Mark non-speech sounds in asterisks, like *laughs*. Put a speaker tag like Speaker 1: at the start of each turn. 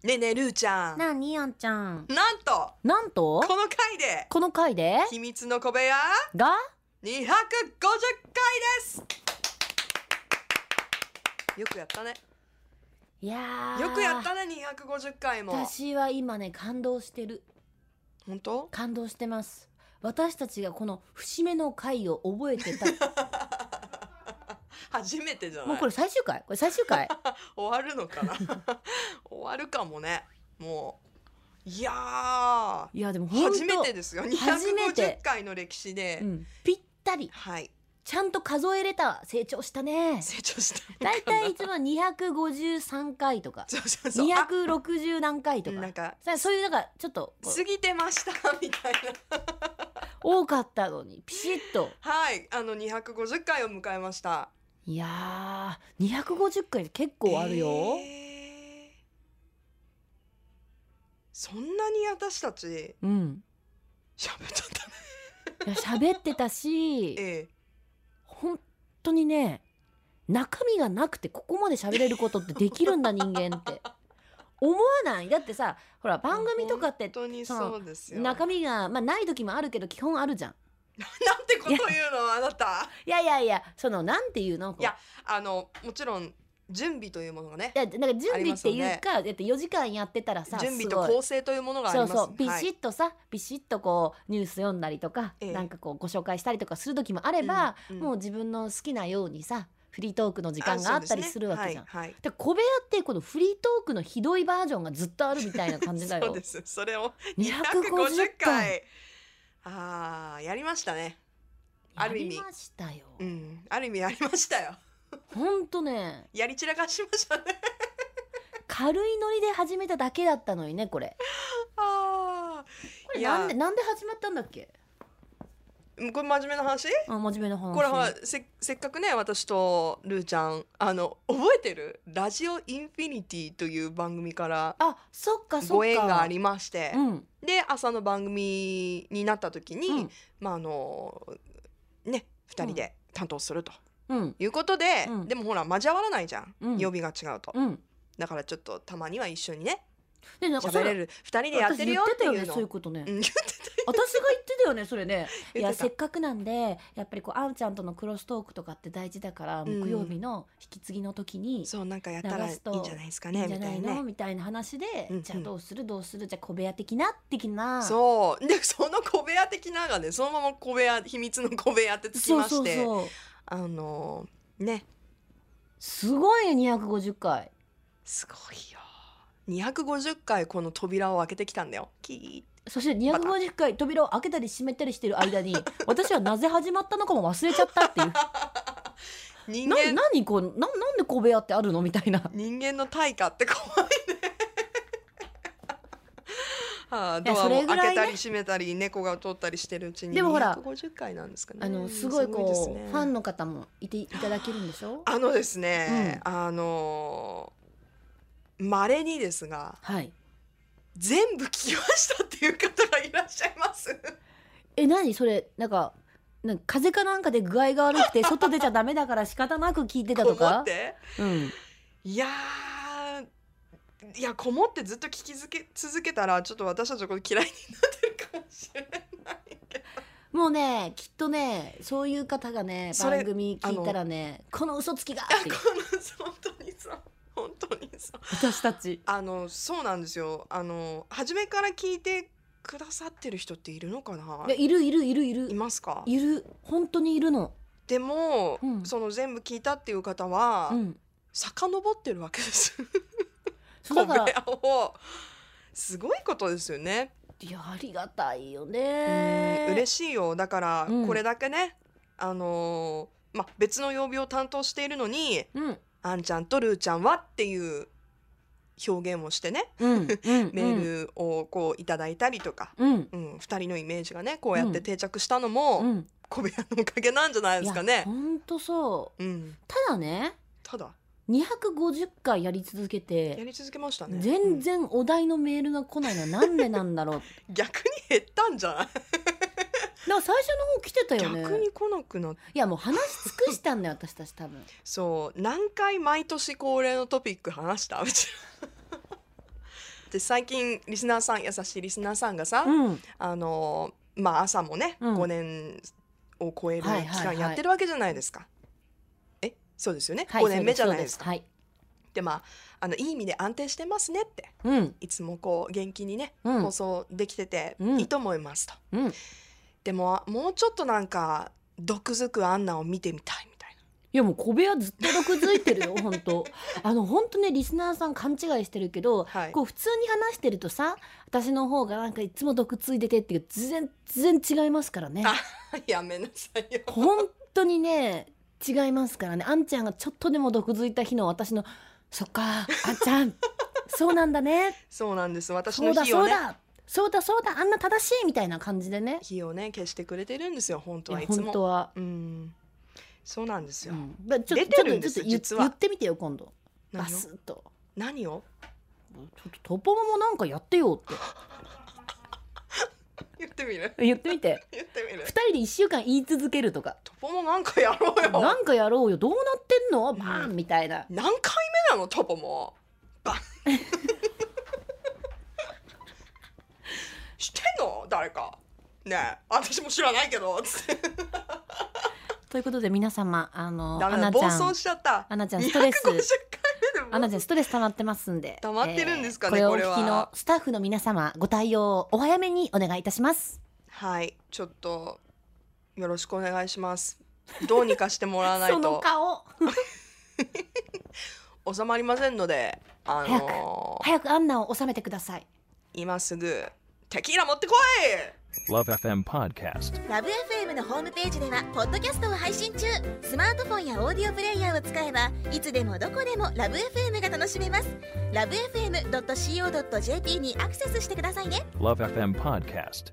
Speaker 1: ねえねえルーちゃんな
Speaker 2: なあにあんちゃん
Speaker 1: んと
Speaker 2: なんと
Speaker 1: この回で
Speaker 2: この回で
Speaker 1: 秘密の小部屋
Speaker 2: が
Speaker 1: 250回ですよくやったね
Speaker 2: いやー
Speaker 1: よくやったね250回も
Speaker 2: 私は今ね感動してる
Speaker 1: 本当
Speaker 2: 感動してます私たちがこの節目の回を覚え
Speaker 1: *laughs*
Speaker 2: てた
Speaker 1: 初めてじゃない
Speaker 2: もうこれ最終回これ最終
Speaker 1: *laughs*
Speaker 2: 回
Speaker 1: 終わるのか
Speaker 2: *laughs*
Speaker 1: な終わるかもねもういやー
Speaker 2: いやでも本当
Speaker 1: 初めてですよ
Speaker 2: 初めて
Speaker 1: 250回の歴史で、
Speaker 2: うん、ぴったり
Speaker 1: はい
Speaker 2: ちゃんと数えれたわ成長したね
Speaker 1: 成長したのかな
Speaker 2: だいたいいつも253回とか
Speaker 1: そうそうそうあ
Speaker 2: 260何回とか
Speaker 1: なんか
Speaker 2: さそういうなんかちょっとこう
Speaker 1: 過ぎてましたみたいな
Speaker 2: 多かったのにピシッと
Speaker 1: はい、あの250回を迎えました。
Speaker 2: いやー250回結構あるよ、
Speaker 1: えーそんなに私たち
Speaker 2: うん
Speaker 1: 喋っちゃったね。
Speaker 2: いや喋ってたし
Speaker 1: え
Speaker 2: 本当にね中身がなくてここまで喋れることってできるんだ人間って思わないだってさほら
Speaker 1: え
Speaker 2: 番組とかって
Speaker 1: 本当にそうですよ。
Speaker 2: 中身が、まあ、ない時もあるけど基本あるじゃん
Speaker 1: なんてこと言うのあなた。
Speaker 2: いやいやいやそのなんていうのこう
Speaker 1: いやあのもちろん準備というものがね
Speaker 2: い、やなんか準
Speaker 1: あり
Speaker 2: 備
Speaker 1: ま
Speaker 2: っ
Speaker 1: す
Speaker 2: て
Speaker 1: よ
Speaker 2: い
Speaker 1: ね
Speaker 2: うか、だって4時間やってたらさ
Speaker 1: 準備と
Speaker 2: すごい
Speaker 1: 構成というものがあり
Speaker 2: そ
Speaker 1: ま
Speaker 2: う
Speaker 1: す。
Speaker 2: そうビ
Speaker 1: はい
Speaker 2: シッとさ、ビシッとこうニュース読んだりとか、
Speaker 1: ええ
Speaker 2: なんかこうご紹介したりとかする時もあれば、
Speaker 1: うんうん
Speaker 2: もう自分の好きなようにさフリートークの時間があったりするわけじゃん。で
Speaker 1: あそうですね
Speaker 2: 小部屋ってこのフリートークのひどいバージョンがずっとあるみたいな感
Speaker 1: はい、
Speaker 2: じ
Speaker 1: *laughs*
Speaker 2: だ
Speaker 1: そう
Speaker 2: よ
Speaker 1: で。す。それを
Speaker 2: 250
Speaker 1: 250回。ああ、やりましたね。あ
Speaker 2: や
Speaker 1: る意味
Speaker 2: りましたよ。
Speaker 1: うん、ある意味やりましたよ。
Speaker 2: ほんとね
Speaker 1: やり散らかしましたね。
Speaker 2: 軽いノリで始めただけだったのにねこれ。
Speaker 1: あ
Speaker 2: これ
Speaker 1: いや
Speaker 2: なんでなんで始まったんだっけ？
Speaker 1: あ、これ真面目な話？
Speaker 2: あ真面目な話。
Speaker 1: これはせせっかくね私とルーちゃんあの *laughs* 覚えてるラジオインフィニティという番組から
Speaker 2: あそっかそっか。
Speaker 1: ご縁がありまして
Speaker 2: う、ん。
Speaker 1: で朝の番組になった時に、
Speaker 2: うん
Speaker 1: まああのね二人で担当すると
Speaker 2: うん
Speaker 1: いうことで、
Speaker 2: うん
Speaker 1: でもほら交わらないじゃん、
Speaker 2: うん
Speaker 1: 曜日が違うと、
Speaker 2: うん。
Speaker 1: だからちょっとたまには一緒にね
Speaker 2: でなんかそ
Speaker 1: 喋れる二人でやってるよっていう
Speaker 2: 私言ってたよね
Speaker 1: の
Speaker 2: そういうことね。
Speaker 1: うん言って
Speaker 2: 私が言ってたよねそれね
Speaker 1: た
Speaker 2: いやせ
Speaker 1: 言っ
Speaker 2: ってかくなんでやっぱりこうあんちゃんとのクロストークとかって大事だから
Speaker 1: うん
Speaker 2: 木曜日の引き継ぎの時に、
Speaker 1: たそうなんかやったら
Speaker 2: 流
Speaker 1: い
Speaker 2: すと
Speaker 1: いんじゃないですか
Speaker 2: いい
Speaker 1: ね
Speaker 2: んじゃ
Speaker 1: みた
Speaker 2: ないい
Speaker 1: な
Speaker 2: の
Speaker 1: ね
Speaker 2: みたいな話で、
Speaker 1: うんうん
Speaker 2: じゃあどうするどうするじゃあ小部屋的な的な
Speaker 1: そう *laughs* でその小部屋的なのがねそのまま小部屋秘密の小部屋ってつき
Speaker 2: そう
Speaker 1: ま
Speaker 2: そ
Speaker 1: し
Speaker 2: う
Speaker 1: て
Speaker 2: そう
Speaker 1: あのーね
Speaker 2: すごいね250回
Speaker 1: すごいよ250回この扉を開けてきたんだよキーって
Speaker 2: そして250回扉を開けたり閉めたりしてる
Speaker 1: *laughs*
Speaker 2: 間に私はなぜ始まったのかも忘れちゃったっていう
Speaker 1: 人
Speaker 2: な
Speaker 1: 間
Speaker 2: 何こうななんで小部屋ってあるのみたいな。
Speaker 1: 人間の対価って怖いね *laughs* はあ、
Speaker 2: い
Speaker 1: ド
Speaker 2: や
Speaker 1: ア
Speaker 2: それ
Speaker 1: も
Speaker 2: ぐらい
Speaker 1: 開
Speaker 2: ね
Speaker 1: けたり閉めたり猫が通ったりしてるうちに
Speaker 2: でもほら
Speaker 1: 250回なんですかね
Speaker 2: あのすごいこ
Speaker 1: すで
Speaker 2: う
Speaker 1: すね
Speaker 2: ファンの方もいていただけるんでしょ
Speaker 1: あのですね、あのまれにですが
Speaker 2: はい
Speaker 1: 全部聞きましたっていう方がいらっしゃいます。
Speaker 2: え何それなんかなんか風邪かなんかで具合が悪
Speaker 1: *laughs*
Speaker 2: くて外出ちゃダメだから仕方なく聞いてた
Speaker 1: こともっ
Speaker 2: か
Speaker 1: て
Speaker 2: うん
Speaker 1: いやーいやこもってずっと聞き続け続けたらちょっと私たちのこと嫌いになってるかもしれないけど
Speaker 2: もうねきっとねそういう方がね
Speaker 1: それ
Speaker 2: 番組聞いたらねこの嘘つきが
Speaker 1: *laughs*
Speaker 2: っていう
Speaker 1: この本当にそう本当にそう
Speaker 2: 私たち
Speaker 1: あのそうなんですよあの初めから聞いてくださってる人っているのかない
Speaker 2: やいるいるいるい
Speaker 1: い
Speaker 2: る
Speaker 1: ますか
Speaker 2: いる本当にいるの
Speaker 1: でも、
Speaker 2: うん
Speaker 1: その全部聞いたっていう方は、
Speaker 2: うん
Speaker 1: 遡ってるわけです
Speaker 2: そ
Speaker 1: 小
Speaker 2: うだ
Speaker 1: 部
Speaker 2: から
Speaker 1: 屋をすごいことですよね
Speaker 2: いやありがたいよ
Speaker 1: うん
Speaker 2: ね
Speaker 1: 嬉しいよだから
Speaker 2: うん
Speaker 1: これだけね、あのーまあ別の曜日を担当しているのに
Speaker 2: うん
Speaker 1: あんちゃんとルーちゃんはっていう表現をしてね
Speaker 2: うんうん
Speaker 1: メールをこういただいたりとか、
Speaker 2: うん
Speaker 1: うん2人のイメージがねこうやって定着したのも、
Speaker 2: うん
Speaker 1: 小部屋のおかげなんじゃないですかね。
Speaker 2: 本当そう
Speaker 1: うん、
Speaker 2: ただね
Speaker 1: ただ
Speaker 2: 250回やり続け
Speaker 1: や
Speaker 2: て
Speaker 1: り続けましたね
Speaker 2: 全然お題のメールが来ないのはなんでなんだろう
Speaker 1: うん逆に減ったんじゃない、
Speaker 2: なんか最初の方来てたよね
Speaker 1: 逆に来なくなっ
Speaker 2: いやもう話し尽くした *laughs* んだよ私たち多分
Speaker 1: そう何回毎年恒例のトピック話したうち *laughs* で最近リスナーさん優しいリスナーさんがさ、
Speaker 2: うん
Speaker 1: あのまあ朝もね、
Speaker 2: うん
Speaker 1: 5年を超える
Speaker 2: はいはい
Speaker 1: 期
Speaker 2: は
Speaker 1: 間
Speaker 2: い
Speaker 1: やってるわけじゃないですか。えそうですよね、
Speaker 2: はい
Speaker 1: 5年目じゃないですか。
Speaker 2: そうはい
Speaker 1: でまああのいい意味で安定してますねって
Speaker 2: うん
Speaker 1: いつもこう元気にね、
Speaker 2: うん
Speaker 1: 放送できてて
Speaker 2: うん
Speaker 1: いいと思いますと。
Speaker 2: うん
Speaker 1: でももうちょっとなんか毒づくアンナを見てみたいみたい
Speaker 2: いやもう小部屋ずっと毒づいてるよ本 *laughs* 当あの本当ねリスナーさん勘違いしてるけど、
Speaker 1: はい
Speaker 2: こう普通に話してるとさ私の方がなんかいつも毒ついててっていう全然違いますからね
Speaker 1: あな *laughs* やめなさいよ。
Speaker 2: 本当にね違いますからねあんちゃんがちょっとでも毒づいた日の私の「そっかあんち *laughs* ゃんそうなんだね
Speaker 1: そうなんです私
Speaker 2: そ
Speaker 1: の
Speaker 2: うだ
Speaker 1: 火
Speaker 2: そ
Speaker 1: を
Speaker 2: う
Speaker 1: ね
Speaker 2: だそうだそうだあんな正しい」みたいな感じでね
Speaker 1: 火をね消してくれてるんですよ本当はい
Speaker 2: や
Speaker 1: いつ
Speaker 2: 本
Speaker 1: も。
Speaker 2: 当は。
Speaker 1: うんそうなんですよ。
Speaker 2: うんだちょ
Speaker 1: 出
Speaker 2: ち
Speaker 1: て
Speaker 2: ょっ
Speaker 1: る
Speaker 2: と
Speaker 1: んです
Speaker 2: ちょっと言
Speaker 1: 実は
Speaker 2: 言ってみてよ今度バ
Speaker 1: 何を
Speaker 2: スッと。
Speaker 1: 何を
Speaker 2: ちょっとトポモもなんかやってよって
Speaker 1: *laughs* 言ってみる
Speaker 2: 言ってみて
Speaker 1: 言ってみる
Speaker 2: 2人で1週間言い続けるとか
Speaker 1: トポもなんかやろう *laughs* よ。
Speaker 2: *laughs* なんかやろうよどうなってんのバー
Speaker 1: う
Speaker 2: ンみたいな
Speaker 1: 何回目なのトポもバン *laughs* してんの誰かねえ私も知らないけどつって
Speaker 2: ということで皆様あの
Speaker 1: ダ
Speaker 2: ア
Speaker 1: メだ
Speaker 2: ナ
Speaker 1: 暴
Speaker 2: ちゃん
Speaker 1: 走しちゃった
Speaker 2: アナちゃん
Speaker 1: 250
Speaker 2: ストレス
Speaker 1: 回目でも
Speaker 2: アナちゃんストレス溜まってますんで
Speaker 1: 溜まってるんですかね
Speaker 2: えー
Speaker 1: これは
Speaker 2: これをお聞きのスタッフの皆様ご対応お早めにお願いいたします
Speaker 1: はいちょっとよろしくお願いしますどうにかしてもらわない
Speaker 2: *laughs* その
Speaker 1: と
Speaker 2: 顔
Speaker 1: 収まりませんのであの
Speaker 2: 早くアンナを収めてください
Speaker 1: 今すぐテキーラ持ってこ
Speaker 3: Love FM Podcast.
Speaker 4: ラブ f m のホームページではポッドキャストを配信中スマートフォンやオーディオプレイヤーを使えばいつでもどこでもラブ f m が楽しめますラブ FM.co.jp にアクセスしてくださいね
Speaker 3: Love FM Podcast.